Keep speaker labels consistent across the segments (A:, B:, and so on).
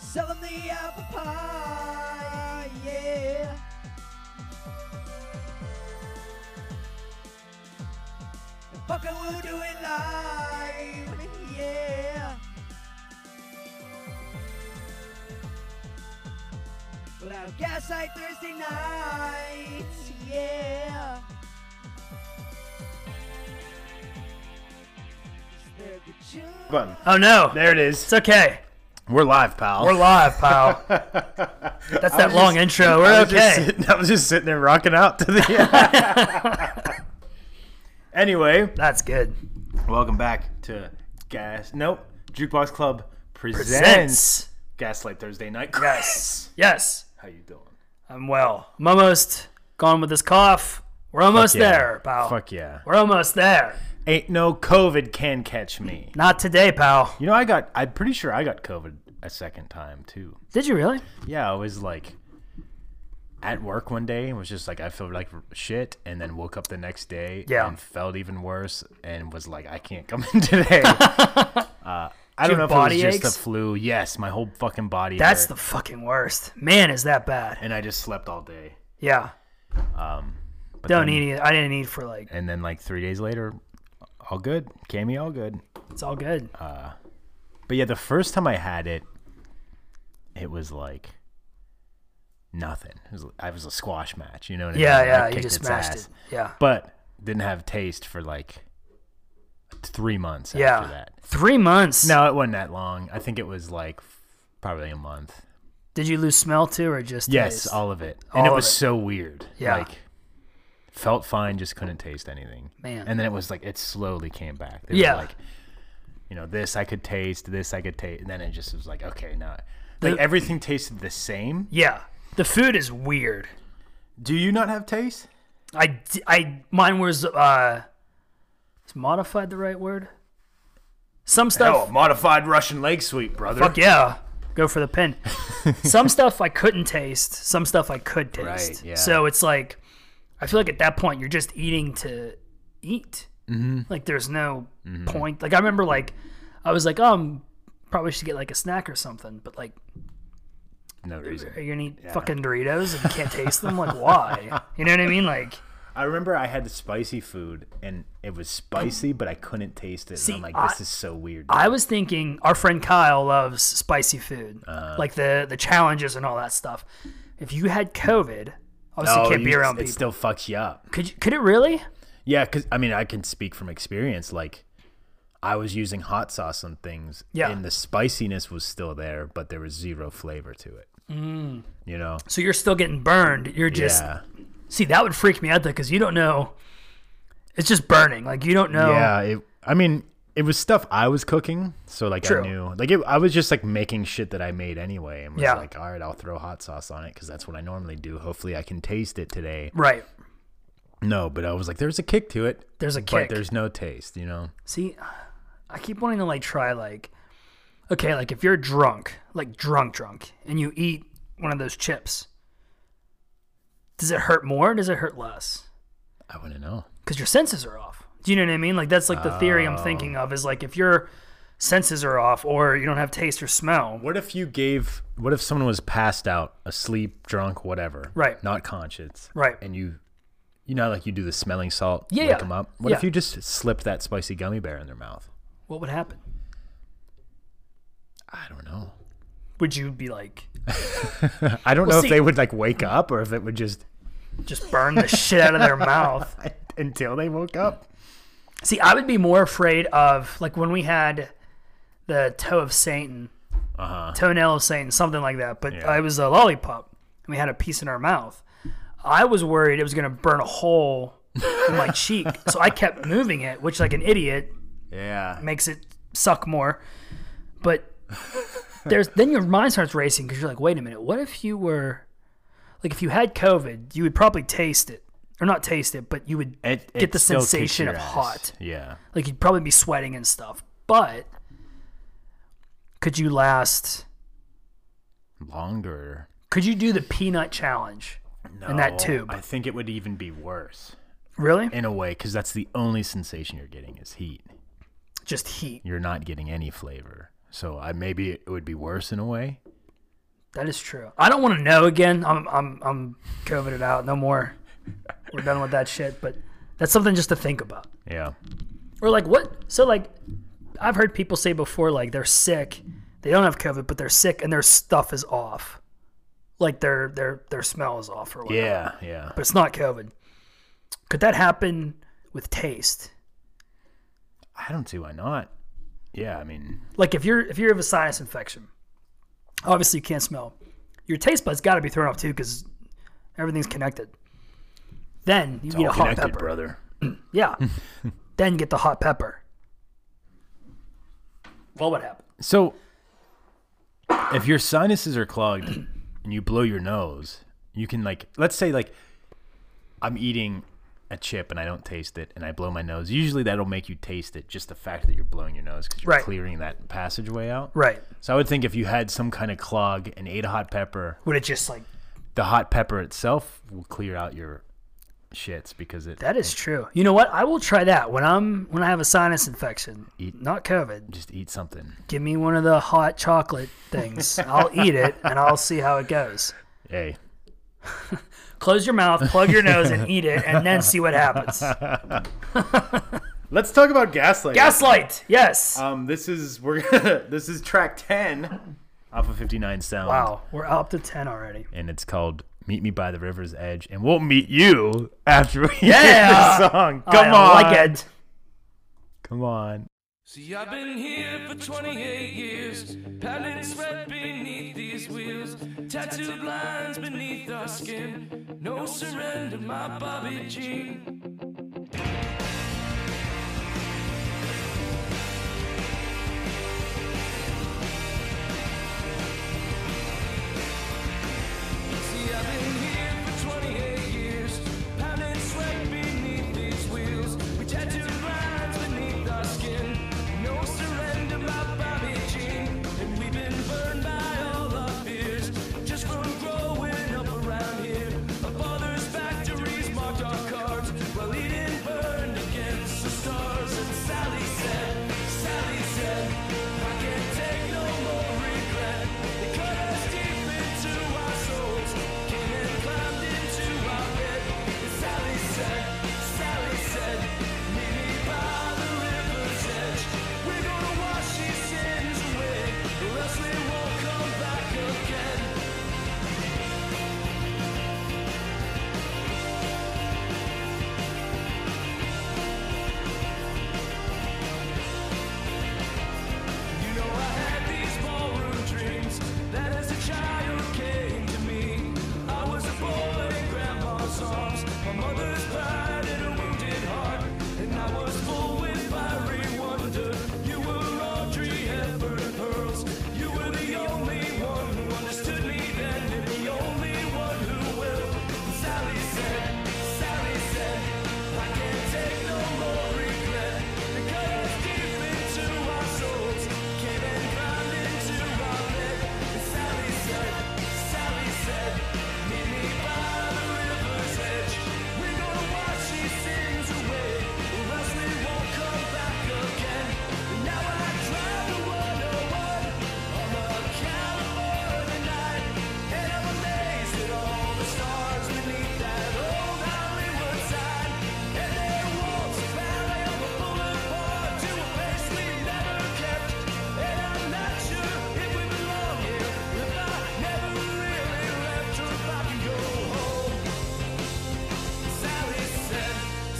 A: Sell them the apple pie, yeah. And fucking we'll do it live, yeah. We'll have gaslight Thursday nights, yeah. There's the children.
B: Button.
C: Oh no,
B: There it is.
C: it's okay.
B: We're live, pal.
C: We're live, pal. That's that long intro.
B: I
C: We're
B: was just
C: okay.
B: sitting- I was just sitting there rocking out to the. anyway,
C: That's good.
B: welcome back to Gas. Nope, Jukebox Club presents,
C: Presents.
B: Gaslight Thursday Night.
C: Yes. Yes.
B: How you doing?
C: I'm well. I'm almost gone with this cough. We're almost
B: yeah.
C: there, pal.
B: Fuck yeah.
C: We're almost there.
B: Ain't no COVID can catch me.
C: Not today, pal.
B: You know, I got. I'm pretty sure I got COVID a second time too.
C: Did you really?
B: Yeah, I was like at work one day and was just like I felt like shit, and then woke up the next day
C: Yeah.
B: and felt even worse, and was like I can't come in today. uh, I
C: you
B: don't know if
C: have
B: it was
C: body
B: just
C: aches?
B: the flu. Yes, my whole fucking body.
C: That's
B: hurt,
C: the fucking worst. Man, is that bad?
B: and I just slept all day.
C: Yeah.
B: Um, But
C: Don't
B: then-
C: need it. I didn't need for like.
B: And then like three days later, all good. Cami, all good.
C: It's all good.
B: Oh, But yeah, the first time I had it, it was like nothing. It was, I was a squash match, you know what I
C: yeah,
B: mean? I
C: yeah. You
B: kicked
C: just
B: its
C: smashed
B: ass.
C: it. Yeah.
B: But didn't have taste for like three months
C: Yeah.
B: after that.
C: Three months.
B: No, it wasn't that long. I think it was like f- probably a month.
C: Did you lose smell too, or just
B: Yes,
C: taste?
B: all of it. And
C: All
B: it
C: of
B: was
C: it.
B: so weird.
C: Yeah.
B: Like felt fine, just couldn't taste anything.
C: Man.
B: And then it was like it slowly came back. It
C: Yeah.
B: was like you know, this I could taste, this I could taste, and then it just was like, okay, no.
C: The-
B: Like everything tasted the same.
C: Yeah. The food is weird.
B: Do you not have taste?
C: I, d- I- mine was uh is modified the right word? Some
B: Oh,
C: stuff
B: modified Russian leg sweep, brother.
C: fuck yeah. Go for the pin. some stuff I couldn't taste, some stuff I could taste.
B: Right, yeah.
C: So it's like I feel like at that point you're just eating to eat. Mm-hmm. Like there's no
B: Mm-hmm.
C: point. Like I remember like I was like, um probably should get like a snack or something, but like
B: No reason.
C: are you gonna eat fucking Doritos and you can't taste them? Like why? You know what I mean? Like
B: I remember I had the spicy food and it was spicy, but I couldn't taste it. and I'm like,
C: I-
B: this is so weird.
C: I was thinking our friend Kyle loves spicy food,
B: Uh.
C: like the the challenges and all that stuff. If you had COVID, obviously you can't be
B: you-
C: around
B: it
C: people.
B: still fucks you up.
C: could you, could it really?
B: Yeah, because I mean, I can speak from experience. Like, I was using hot sauce on things,
C: Yeah.
B: and the spiciness was still there, but there was zero flavor to it. Mm. You know,
C: So you're still getting burned. You're just
B: yeah,
C: see that would freak me out though because you don't know. It's just burning. Like you don't know.
B: yeah. It, I mean, it was stuff I was cooking, so like
C: True.
B: I knew, like it, I was just like making shit that I made anyway, and was
C: Yeah.
B: like, all right, I'll throw hot sauce on it because that's what I normally do. Hopefully, I can taste it today.
C: Right.
B: No, but I was like, there's a kick to it,
C: There's a
B: but
C: kick.
B: there's no taste, you know?
C: See, I keep wanting to like try like, okay, like if you're drunk, like drunk drunk, and you eat one of those chips, does it hurt more? Or does it hurt less?
B: I wouldn't know.
C: because your senses are off. Do you know what I mean? Like that's like the theory I'm thinking of is like if your senses are off or you don't have taste or smell.
B: What if you gave, what if someone was passed out, asleep, drunk, whatever?
C: Right.
B: Not conscious.
C: Right.
B: And you, you know, like you do the smelling salt,
C: Yeah.
B: wake them up. What if
C: Yeah.
B: you just slipped that spicy gummy bear in their mouth?
C: What would happen?
B: I don't know.
C: Would you be like
B: I don't know
C: see-
B: if they would like wake up or if it would just
C: just burn the shit out of their mouth?
B: until they woke up.
C: See, I would be more afraid of like when we had the toe of Satan, toenail of Satan, something like that. But
B: Uh-huh. Yeah.
C: I was a lollipop, and we had a piece in our mouth. I was worried it was gonna burn a hole in my cheek, so I kept moving it, which like an idiot
B: Yeah.
C: makes it suck more. But there's then your mind starts racing because you're like, wait a minute, what if you were like if you had COVID, you would probably taste it or not taste it, but you would
B: It,
C: get
B: it
C: the
B: still kicks
C: sensation
B: your
C: of
B: ass.
C: hot.
B: Yeah.
C: Like you'd probably be sweating and stuff. But could you last?
B: Longer.
C: Could you do the peanut challenge?
B: No,
C: that tube.
B: I think it would even be worse
C: Really?
B: in a way because that's the only sensation you're getting is heat.
C: Just heat.
B: you're not getting any flavor. So I maybe it would be worse in a way,
C: That is true. I don't want to know again. I'm I'm I'm coveted out. No more. We're done with that shit. But that's something just to think about.
B: Yeah.
C: Or like what? So like, I've heard people say before like they're sick, they don't have COVID, but they're sick and their stuff is off, like their their their smell is off or whatever.
B: Yeah. Yeah.
C: But it's not COVID. Could that happen with taste?
B: I don't see why not. Yeah. I mean,
C: Like if you're if you have a sinus infection, obviously you can't smell. Your taste buds got to be thrown off too because everything's connected. Then you
B: it's
C: get a
B: all
C: hot
B: connected,
C: pepper.
B: brother.
C: Yeah. then get the hot pepper. What would happen?
B: So, if your sinuses are clogged and you blow your nose, you can like let's say like I'm eating a chip and I don't taste it and I blow my nose. Usually that'll make you taste it just the fact that you're blowing your nose cuz you're
C: Right.
B: clearing that passageway out.
C: Right.
B: So I would think if you had some kind of clog and ate a hot pepper,
C: Would it just like
B: the hot pepper itself will clear out your shits because it
C: that is true. You know what? I will try that when I'm when I have a sinus infection.
B: Eat-
C: Not COVID.
B: just eat something.
C: Give me one of the hot chocolate things. I'll eat it and I'll see how it goes.
B: Hey,
C: Close your mouth, plug your nose, and eat it, and then see what happens.
B: let's talk about gaslighting.
C: Gaslight. Yes.
B: Um, this is we're gonna, this is track ten off of fifty nine sound.
C: wow. We're up to ten already.
B: And it's called "Meet Me by the River's Edge," and we'll meet you after we
C: Yeah!
B: hear this song. Come
C: I
B: on,
C: Like it.
B: Come on.
D: See, I've been here for 28 years, paddling sweat beneath these wheels, tattooed lines beneath our skin. No surrender, my Bobby Jean. See, I've been here for 28 years, pounding sweat beneath these wheels. We tattooed lines beneath our skin. No surrender, my Bobby Jean. And we've been burned by all our fears, just from growing up around here. Our father's factories marked our cards, while Eden burned against the stars. And Sally said, Sally said, I can't take no more regret. They cut us deep into our souls, came and climbed into our bed. And Sally said, Sally said, meet me by the river's edge. We're gonna wash these sins away, or else they won't come back again. You know I had these ballroom dreams that as a child came to me. I was a boy in grandma's arms, my mother's pride and a wounded heart, and I was full with fiery wonder. You were Audrey Hepburn pearls. You were the only one who understood me then, and the only one who will. Sally said, Sally said, I can't take no more regret. They cut us deep into our souls, came and climbed into our bed. And Sally said, Sally said, meet me by the river's edge. We're gonna wash these sins away, or else we won't come back again. And now I drive the 101 on the California night, and I'm amazed at all the stars beneath that old Hollywood sign. And there walks a valley of a boulevard to a place we never kept. And I'm not sure if we belong here, if I never really left, or if I can go home. Sally said,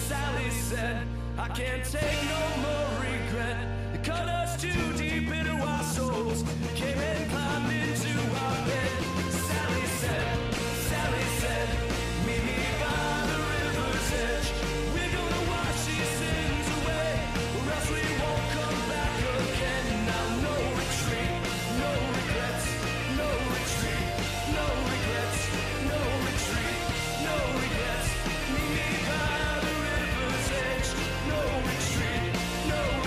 D: Sally said, I can't take no more regret. It cut us too deep into our souls. Came and climbed into our bed. Sally said, Sally said, meet me by the river's edge. We're gonna wash these sins away, or else we won't come back again. Now no retreat, no regrets, no retreat, no regrets, no retreat, no regrets. Meet me by the river's edge, no retreat.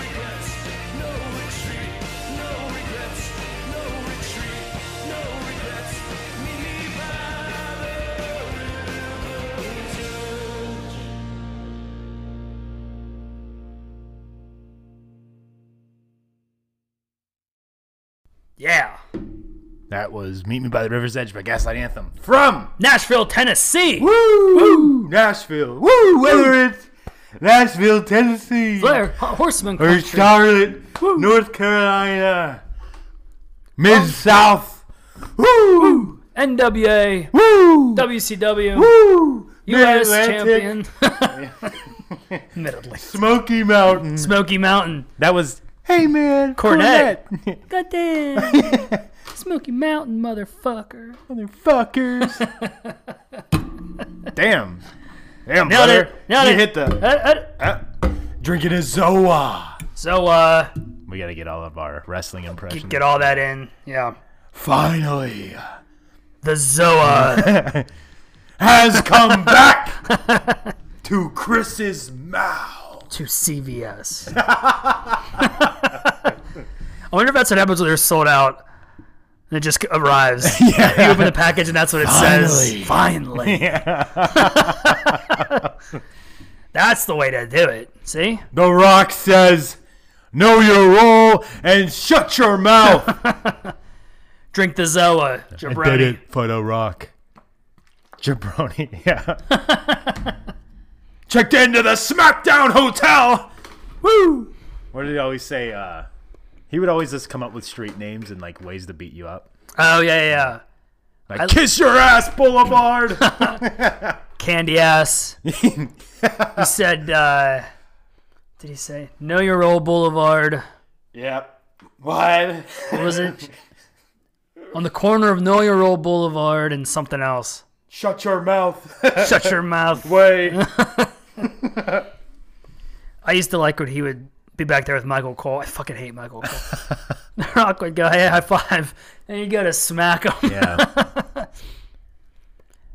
B: That was Meet Me by the River's Edge by Gaslight Anthem from
C: Nashville, Tennessee.
B: Woo! Nashville. Woo! Whether it's Nashville, Tennessee,
C: Blair, Ho- Horseman
B: or
C: Country.
B: Charlotte, North Carolina, Mid South. Woo!
C: NWA,
B: Woo!
C: WCW,
B: Woo!
C: U.S.
B: Mid-Atlantic,
C: champion. Admittedly.
B: Smoky Mountain.
C: Smoky Mountain.
B: That was Hey man,
C: Cornet.
B: Cornet.
C: Goddamn. Smoky Mountain, motherfucker.
B: Motherfuckers. Damn. Damn,
C: Nailed
B: brother.
C: it. Nailed
B: you
C: it.
B: hit the
C: Uh, uh,
B: drinking a Zoa.
C: so, uh,
B: We gotta get all of our wrestling impressions.
C: get all that in. Yeah.
B: Finally
C: The Zoa.
B: has come back to Chris's mouth.
C: to CVS. I wonder if that's what happens when they're sold out and it just arrives. You open the package and that's what it says. Finally. that's the way to do it. See?
B: The Rock says, "Know your role and shut your mouth."
C: Drink the Zoa, jabroni.
B: for the Rock. Jabroni, yeah. Checked into the SmackDown Hotel. Woo! What did he always say? Uh, he would always just come up with street names and like ways to beat you up.
C: Oh, yeah, yeah, yeah.
B: Like Kiss Your Ass Boulevard.
C: Candy ass. he said, uh, did he say, Know Your Role Boulevard?
B: yep. What?
C: What was it? On the corner of Know Your Role Boulevard and something else.
B: Shut your mouth.
C: Shut your mouth.
B: Wait.
C: I used to like when he would be back there with Michael Cole. I fucking hate Michael Cole. The Rock would go, hey, high five. And you go to smack him.
B: Yeah.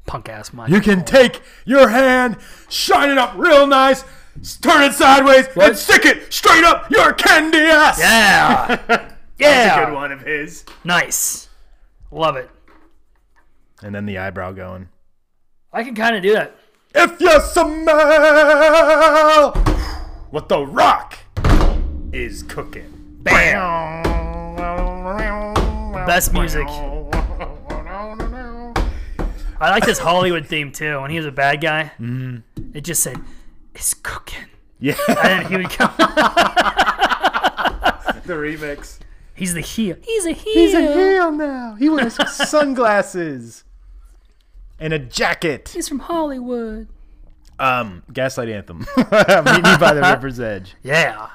C: Punk ass Mike.
B: You can take your hand, shine it up real nice, s- turn it sideways, and stick it straight up your candy ass.
C: yeah. yeah.
B: Good one of his.
C: Nice. Love it.
B: And then the eyebrow going.
C: I can kind of do that.
B: If you smell what the rock is cooking.
C: Bam. Best music. I like this Hollywood theme too. When he was a bad guy, mm
B: Mm-hmm.
C: it just said, "It's cooking,"
B: Yeah,
C: and then he would come.
B: the remix.
C: He's the heel. He's a heel.
B: He's a heel now. He wears sunglasses and a jacket.
C: He's from Hollywood.
B: Um, Gaslight Anthem. Meet me by the river's edge.
C: Yeah.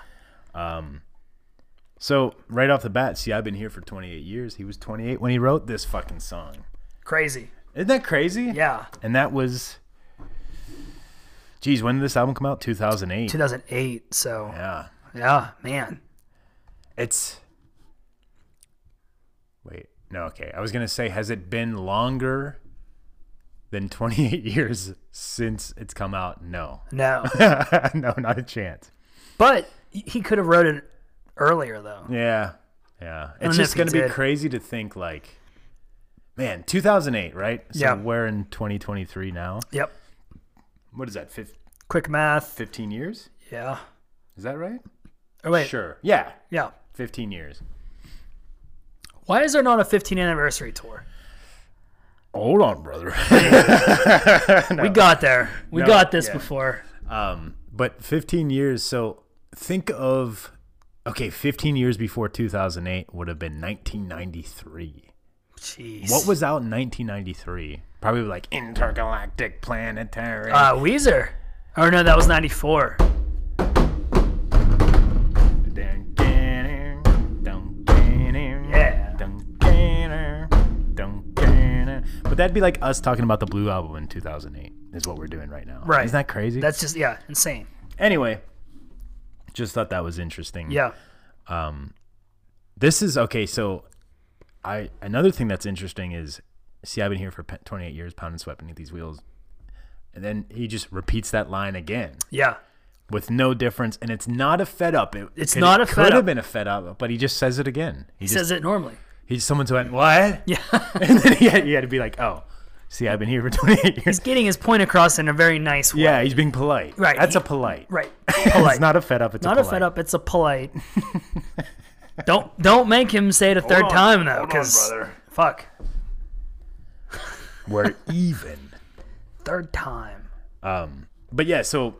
B: So right off the bat, see, I've been here for 28 years. He was 28 when he wrote this fucking song.
C: Crazy.
B: Isn't that crazy?
C: Yeah.
B: And that was, geez, when did this album come out? 2008.
C: 2008. So
B: Yeah.
C: yeah, man.
B: It's. Wait. No, okay. I was going to say, has it been longer than 28 years since it's come out? No.
C: No,
B: no, not a chance.
C: but he could have wrote it earlier though.
B: Yeah. Yeah.
C: don't
B: It's
C: know
B: just
C: if he
B: going to be
C: did.
B: crazy to think, like, man, 2008, right? So
C: Yeah.
B: we're in 2023 now.
C: Yep.
B: What is that, fif-
C: Quick math.
B: 15 years?
C: Yeah.
B: Is that right?
C: Or wait.
B: Sure. Yeah.
C: Yeah.
B: 15 years.
C: Why is there not a 15 anniversary tour?
B: Hold on, brother.
C: We got there. We
B: No,
C: got this
B: yeah.
C: before.
B: Um, but 15 years. So think of okay, 15 years before 2008 would have been 1993.
C: Jeez.
B: What was out in 1993? Probably like intergalactic planetary.
C: uh, Weezer? Oh no, that was 94. Yeah.
B: But that'd be like us talking about the Blue Album in 2008, is what we're doing right now.
C: Right.
B: Isn't that crazy?
C: That's just yeah, insane.
B: anyway. Just thought that was interesting.
C: Yeah.
B: This is okay. So, I another thing that's interesting is, see, I've been here for pe- 28 years, pounding sweat beneath these wheels, and then he just repeats that line again
C: Yeah.
B: with no difference, and it's not a fed up. It,
C: It's
B: it
C: not a fed
B: could
C: up.
B: have been a fed up, but he just says it again. He, just
C: says it normally.
B: he someone's went what,
C: Yeah.
B: and then he had, he had to be like, oh, see, I've been here for 28
C: He's
B: years.
C: getting his point across in a very nice way.
B: Yeah, he's being polite.
C: Right,
B: That's
C: he-
B: a polite.
C: Right.
B: It's
C: Polite.
B: not a fed up. It's
C: Not
B: a,
C: a
B: polite.
C: fed up, it's a polite. don't don't make him say it a third time though, because Fuck.
B: We're even.
C: Third time.
B: Um, but yeah, so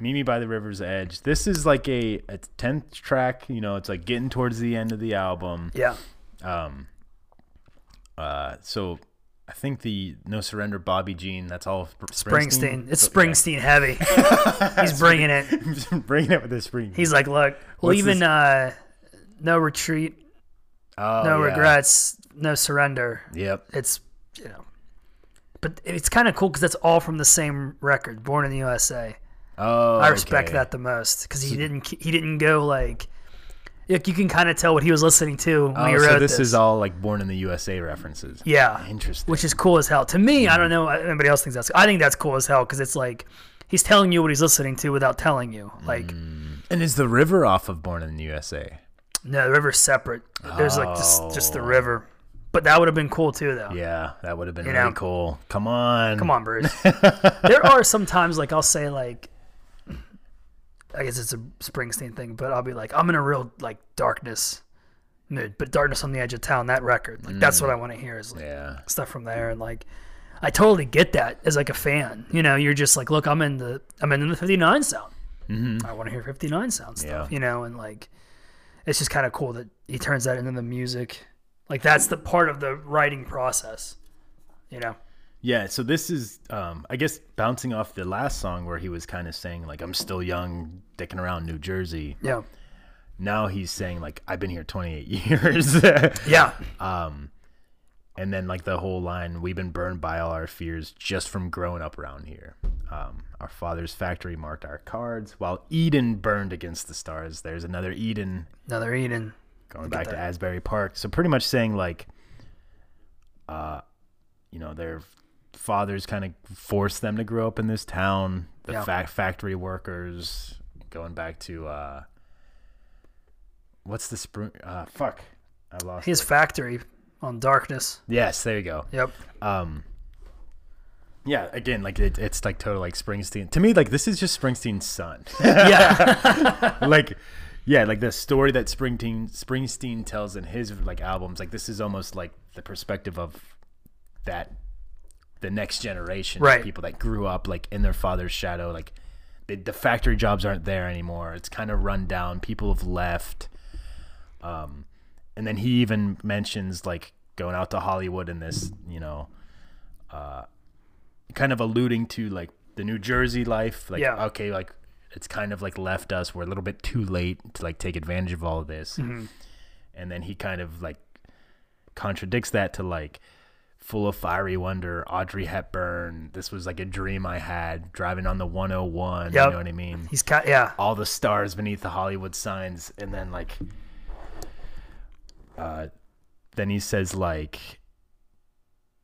B: Mimi by the River's Edge. This is like a a tenth track. You know, it's like getting towards the end of the album.
C: Yeah.
B: Uh, so I think the No Surrender, Bobby Jean. That's all Spr-
C: Springsteen.
B: Springsteen.
C: It's Springsteen heavy. He's bringing it.
B: bringing it with the spring.
C: He's like, look, well,
B: What's
C: even
B: this-
C: uh, no retreat,
B: oh,
C: no
B: yeah.
C: regrets, no surrender.
B: Yep.
C: It's you know, but it's kind of cool because that's all from the same record, Born in the USA.
B: Oh,
C: I respect
B: okay.
C: that the most because he didn't he didn't go like, like you can kind of tell what he was listening to when
B: Oh,
C: he wrote
B: so this, is all like born in the USA references.
C: yeah,
B: Interesting. Hmm.
C: which is cool as hell to me. I don't know if anybody else thinks that's. I think that's cool as hell because it's like he's telling you what he's listening to without telling you. Like
B: Hmm. and is the river off of Born in the USA?
C: no, the river's separate. There's like just just
B: Oh.
C: the river, but that would have been cool too though.
B: Yeah, that would have been
C: You
B: really
C: know.
B: cool. Come on.
C: Come on, Bruce. there are some times like I'll say like I guess it's a Springsteen thing, but I'll be like, I'm in a real like darkness mood. But darkness on the edge of town, that record. Like that's what I want to hear is like
B: Mm. Yeah.
C: stuff from there and like I totally get that as like a fan. You know, you're just like, look, I'm in the I'm in the 59 sound. I want to hear 59 sound stuff,
B: Mm-hmm. Yeah.
C: you know, and like it's just kind of cool that he turns that into the music. Like that's the part of the writing process, you know.
B: Yeah, so this is, um, I guess, bouncing off the last song where he was kind of saying, like, I'm still young, dicking around New Jersey.
C: Yeah.
B: Now he's saying, like, I've been here 28 years.
C: Yeah.
B: and then, like, the whole line, we've been burned by all our fears just from growing up around here. Um, our father's factory marked our cards while Eden burned against the stars. There's another Eden
C: Another Eden.
B: going back to Asbury Park. So pretty much saying like, uh, you know, their fathers kind of forced them to grow up in this town. The
C: Yeah.
B: fac- factory workers going back to uh, what's the spring? Uh, fuck, I lost.
C: His factory on darkness.
B: yes, there you go.
C: Yep.
B: Yeah, again, like it, it's like total like Springsteen. To me, like this is just Springsteen's son.
C: Yeah.
B: like yeah like the story that springsteen springsteen tells in his like albums like this is almost like the perspective of that the next generation of
C: Right.
B: people that grew up like in their father's shadow like the, the factory jobs aren't there anymore it's kind of run down people have left um and then he even mentions like going out to hollywood in this you know uh kind of alluding to like the new jersey life like
C: Yeah.
B: okay like it's kind of like left us we're a little bit too late to like take advantage of all of this
C: Mm-hmm.
B: and then he kind of like contradicts that to like full of fiery wonder audrey hepburn this was like a dream i had driving on the 101
C: Yep.
B: you know what i mean
C: He's got yeah.
B: all the stars beneath the hollywood signs and then like uh then he says like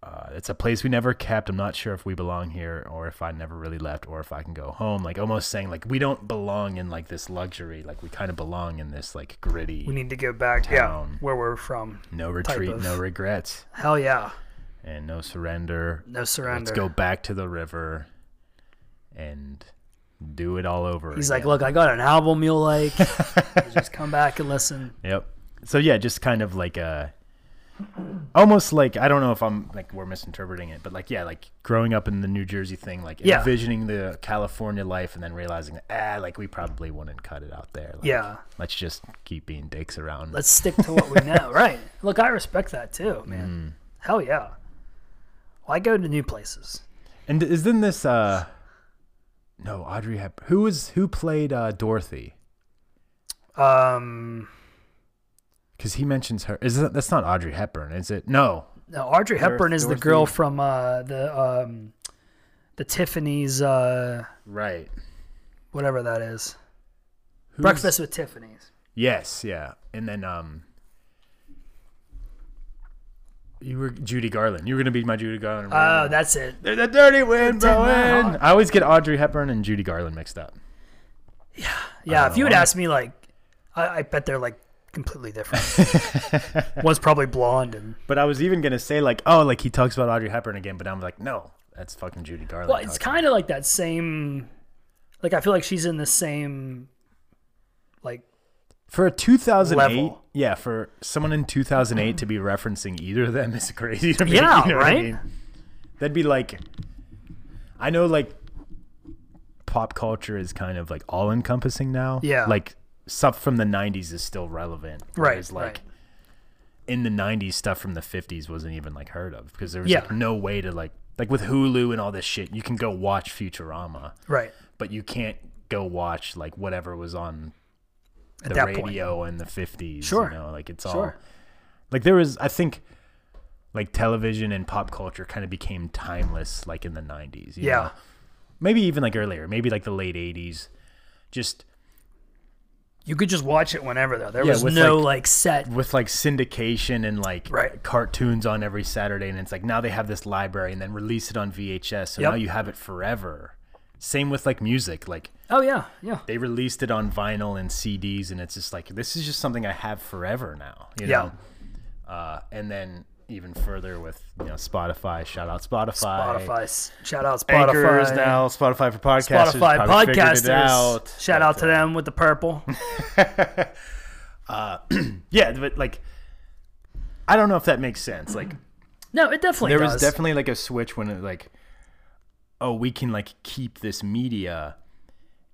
B: uh, it's a place we never kept. I'm not sure if we belong here or if I never really left or if I can go home. Like almost saying like we don't belong in like this luxury. Like we kind of belong in this like gritty
C: We need to go back yeah
B: Town.
C: where we're from.
B: no retreat,
C: of-
B: no regrets,
C: Hell yeah.
B: and no surrender.
C: No surrender.
B: Let's go back to the river and do it all over.
C: He's like,
B: again.
C: look, I got an album you'll like. just come back and listen.
B: Yep. So yeah, just kind of like a almost like I don't know if I'm like we're misinterpreting it, but like yeah, like growing up in the New Jersey thing, like
C: Yeah.
B: envisioning the California life and then realizing ah, like we probably wouldn't cut it out there. Like,
C: Yeah.
B: Let's just keep being dicks around.
C: Let's stick to what we know. right. Look, I respect that too,
B: Mm.
C: man. Hell yeah. Well, I go to new places.
B: and isn't this uh no, Audrey Hepburn. Who was who played uh, Dorothy?
C: Um
B: Because he mentions her. Is that that's not Audrey Hepburn, is it? No,
C: no, Audrey Hepburn is the
B: Dorothy.
C: girl from uh the um the Tiffany's uh
B: right.
C: whatever that is.
B: Who's-
C: Breakfast with Tiffany's.
B: Yes, yeah. And then um you were Judy Garland. You were gonna be my Judy Garland.
C: Oh, that's it.
B: They're the dirty wind
C: my
B: blowing. I always get Audrey Hepburn and Judy Garland mixed up.
C: Yeah, if you had asked me, like, I, I bet they're like completely different. One's probably blonde, and
B: But I was even gonna say like, oh, like he talks about Audrey Hepburn again, but I'm like, no, that's fucking Judy Garland.
C: well, it's
B: talking.
C: kind of like that same. Like, I feel like she's in the same, like,
B: For a 2008,
C: Level.
B: yeah, for someone in 2008 to be referencing either of them is crazy to me.
C: Yeah,
B: you know what I
C: right?
B: mean? That'd be like, I know like pop culture is kind of like all encompassing now.
C: Yeah.
B: Like stuff from the 90s is still relevant.
C: Right,
B: whereas, like
C: right.
B: in the 90s, stuff from the 50s wasn't even like heard of because there was
C: Yeah.
B: like no way to like, like with Hulu and all this shit, you can go watch Futurama
C: Right.
B: but you can't go watch like whatever was on the
C: that point.
B: radio in the 50s
C: Sure.
B: you know like it's all
C: Sure.
B: like there was i think like television and pop culture kind of became timeless like in the 90s you
C: Yeah.
B: know? maybe even like earlier maybe like the late 80s just
C: You could just watch it whenever though. There
B: Yeah,
C: was
B: with,
C: no
B: like-
C: like, set.
B: with like syndication and like
C: Right.
B: cartoons on every saturday and it's like now they have this library and then release it on vhs so
C: Yep.
B: now you have it forever same with like music like
C: Oh yeah, yeah.
B: they released it on vinyl and CDs, and it's just like this is just something I have forever now. You
C: Yeah.
B: know? Uh, and then even further with you know Spotify. Shout out Spotify.
C: Spotify. s- Shout out Spotify.
B: Anchor is now Spotify for podcasters.
C: Spotify
B: probably figured it
C: podcasters.
B: out.
C: Shout out to them with the purple.
B: Yeah, but like, I don't know if that makes sense. Like,
C: No, it definitely
B: there
C: does.
B: was definitely like a switch when it like, oh, we can like keep this media,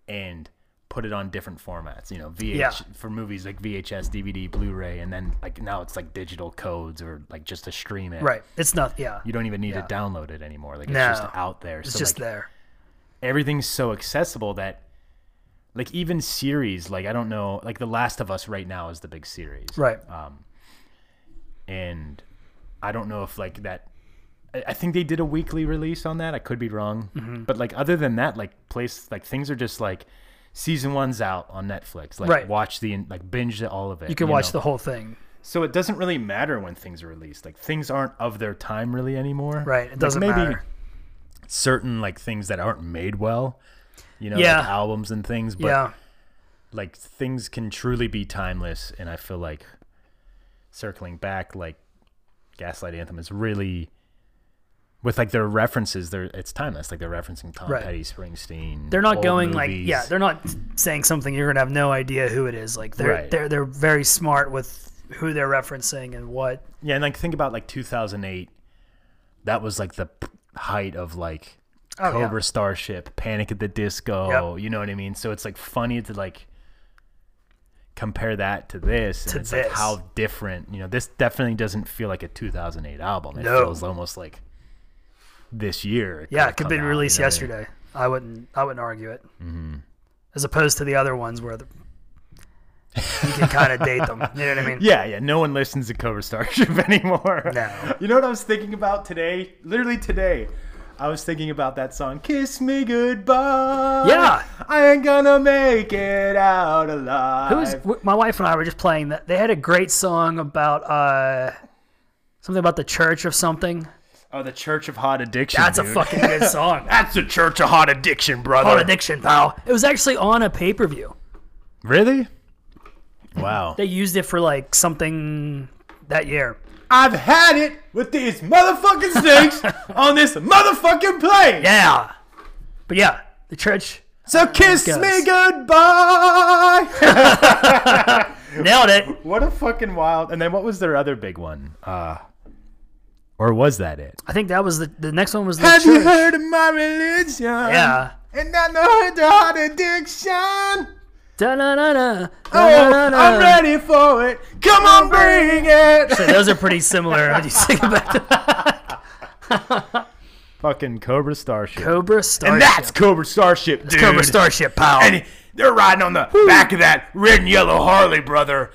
B: and put it on different formats. You know, VH
C: Yeah.
B: for movies like VHS, DVD, Blu-ray, and then like now it's like digital codes or like just to stream it.
C: right. It's not. Yeah.
B: You don't even need to download it anymore. Like it's
C: No.
B: just out there.
C: it's
B: so
C: just
B: like,
C: there.
B: everything's so accessible that like even series like I don't know like The Last of Us right now is the big series
C: Right.
B: and I don't know if like that. I I think they did a weekly release on that. I could be wrong,
C: Mm-hmm.
B: but like other than that, like place like things are just like season one's out on Netflix. Like
C: Right.
B: watch the like binge all of it.
C: you can watch the whole thing.
B: So it doesn't really matter when things are released. Like things aren't of their time really anymore.
C: Right. It
B: Like,
C: doesn't matter.
B: Certain like things that aren't made well, you know,
C: Yeah.
B: like albums and things. But
C: yeah.
B: like things can truly be timeless and i feel like circling back like gaslight anthem is really with like their references they're it's timeless like they're referencing tom
C: Right.
B: petty springsteen
C: They're not
B: old
C: going like
B: movies.
C: yeah. They're not saying something you're gonna have no idea who it is. Like they're
B: Right.
C: they're they're very smart with who they're referencing and what.
B: yeah and like think about like 2008 that was like the p- height of like
C: Oh, yeah.
B: cobra starship panic at the disco you know what i mean so it's like funny to like compare that to this and
C: To
B: it's like
C: this.
B: how different you know this definitely doesn't feel like a 2008 album it
C: No.
B: feels almost like this year
C: Yeah,
B: could've
C: it could have
B: come
C: been
B: out,
C: released
B: you know what I mean?
C: yesterday. I wouldn't. I wouldn't argue it.
B: Mm-hmm.
C: As opposed to the other ones where the, you can kind of date them. You know what I mean?
B: yeah yeah no one listens to cobra starship anymore
C: No.
B: you know what i was thinking about today literally today i was thinking about that song kiss me goodbye
C: Yeah.
B: i ain't gonna make it out alive
C: Who was w- my wife and I were just playing that. They had a great song about uh, something about the church or something.
B: oh the church of hot addiction
C: That's a
B: dude.
C: fucking good song.
B: that's the church of hot addiction brother
C: Hot addiction, pal. It was actually on a pay per view.
B: Really? Wow.
C: They used it for like something that year.
B: I've had it with these motherfucking snakes on this motherfucking plane.
C: Yeah, but yeah, the church
B: So kiss
C: Yes.
B: me goodbye.
C: nailed it.
B: what a fucking wild. And then what was their other big one? Uh or was that it?
C: I think that was the the next one was the
B: Have
C: church.
B: you heard of my religion?
C: yeah.
B: And I know the hot addiction.
C: Da-na-na-na,
B: Oh,
C: da-na-na-na.
B: I'm ready for it. Come on, bring it.
C: Those are pretty similar when you think about the
B: Fucking Cobra Starship.
C: Cobra Starship.
B: and that's Cobra Starship, dude.
C: Cobra Starship, pal.
B: and they're riding on the back of that red and yellow Harley, brother.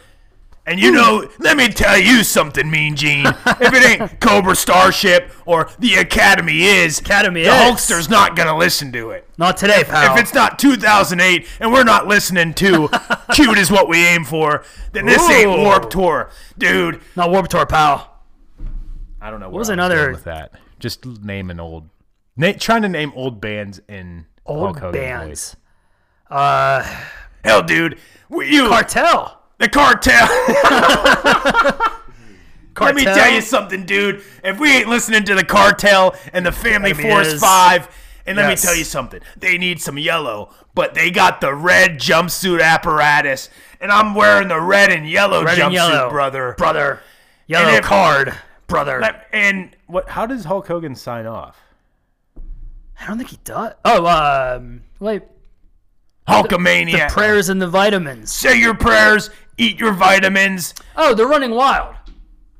B: And you know, let me tell you something, Mean Gene. If it ain't Cobra Starship or the Academy is,
C: Academy
B: the
C: is.
B: Hulkster's not gonna listen to it.
C: Not today, pal.
B: If it's not 2008 and we're not listening to "Cute is What We Aim For," then this ain't
C: Ooh.
B: Warp Tour, dude.
C: not Warp Tour, pal.
B: I don't know. What
C: was I was another- going
B: with
C: with
B: that? Just name an old, trying to name old bands in
C: Old bands.
B: Hell, dude, you
C: Cartel.
B: The cartel. Let me
C: Cartel?
B: tell you something, dude. If we ain't listening to the cartel and the Family
C: Enemy
B: Force
C: is-
B: Five, and let
C: Yes.
B: me tell you something, they need some yellow, but they got the red jumpsuit apparatus, and I'm wearing the red and yellow
C: Red
B: jumpsuit,
C: and yellow.
B: brother.
C: brother. Yellow
B: And if-
C: card, brother.
B: Let- And what? How does Hulk Hogan sign off?
C: I don't think he does. Oh, um, wait. The
B: Hulkamania.
C: prayers and the vitamins.
B: Say your prayers. Eat your vitamins.
C: Oh, they're running wild.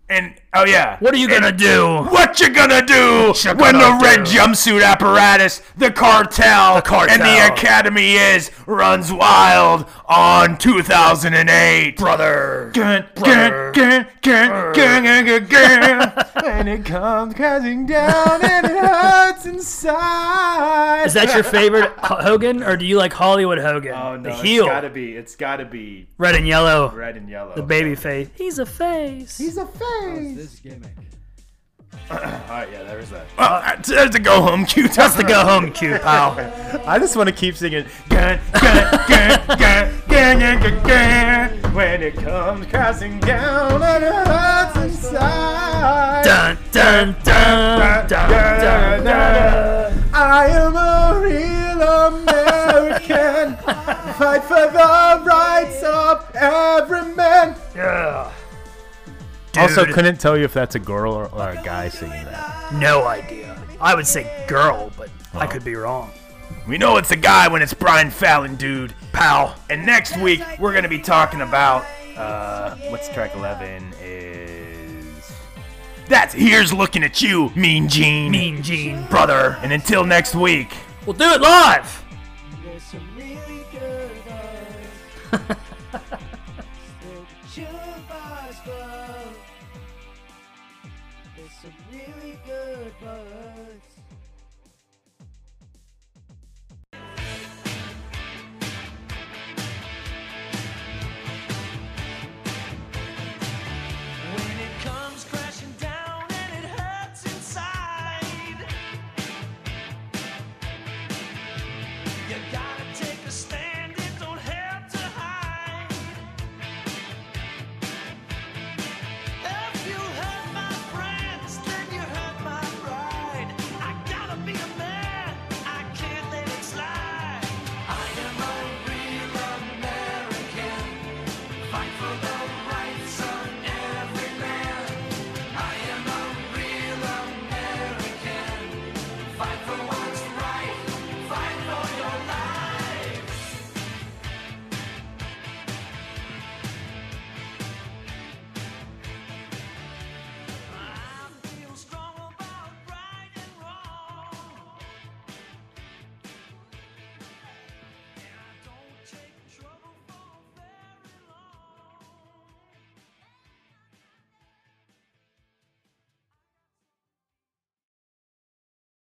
B: And oh yeah.
C: What are you gonna do?
B: What you gonna do when the
C: gonna
B: red
C: do?
B: jumpsuit apparatus, the cartel, and the
C: cartel.
B: academy is runs wild on 2008, brother? Gun,
C: Brother.
B: gun, gun, gun, gun, gun, gun. and it comes crashing down, and it hurts inside.
C: Is that your favorite H- Hogan, or do you like Hollywood Hogan? the heel,
B: be. It's Oh, gotta be
C: red and yellow,
B: red and yellow.
C: the baby face. He's a face.
B: He's a face.
A: This gimmick.
B: All right, yeah, there's that. Uh, there's the go home cue.
C: That's the go home cue, pal.
B: I just want to keep singing. Gun, gun, gun, gun, gun, gun, gun, gun. When it comes crashing down on our hearts inside.
C: dun dun dun dun dun. dun.
B: I am a real American. Fight for the rights of every man.
C: Yeah.
B: Also,
C: Dude.
B: couldn't tell you if that's a girl or, or a guy singing that.
C: No idea. I would say girl, but I could be wrong.
B: We know it's a guy when it's Brian Fallon, dude. Pal. And next week, we're going to be talking about. Uh, what's track 11? Is. That's Here's Looking at You, Mean Gene.
C: Mean Gene.
B: brother. And until next week.
C: We'll do it live.
A: There's some really good ones. Still jukebox club. There's some really good ones.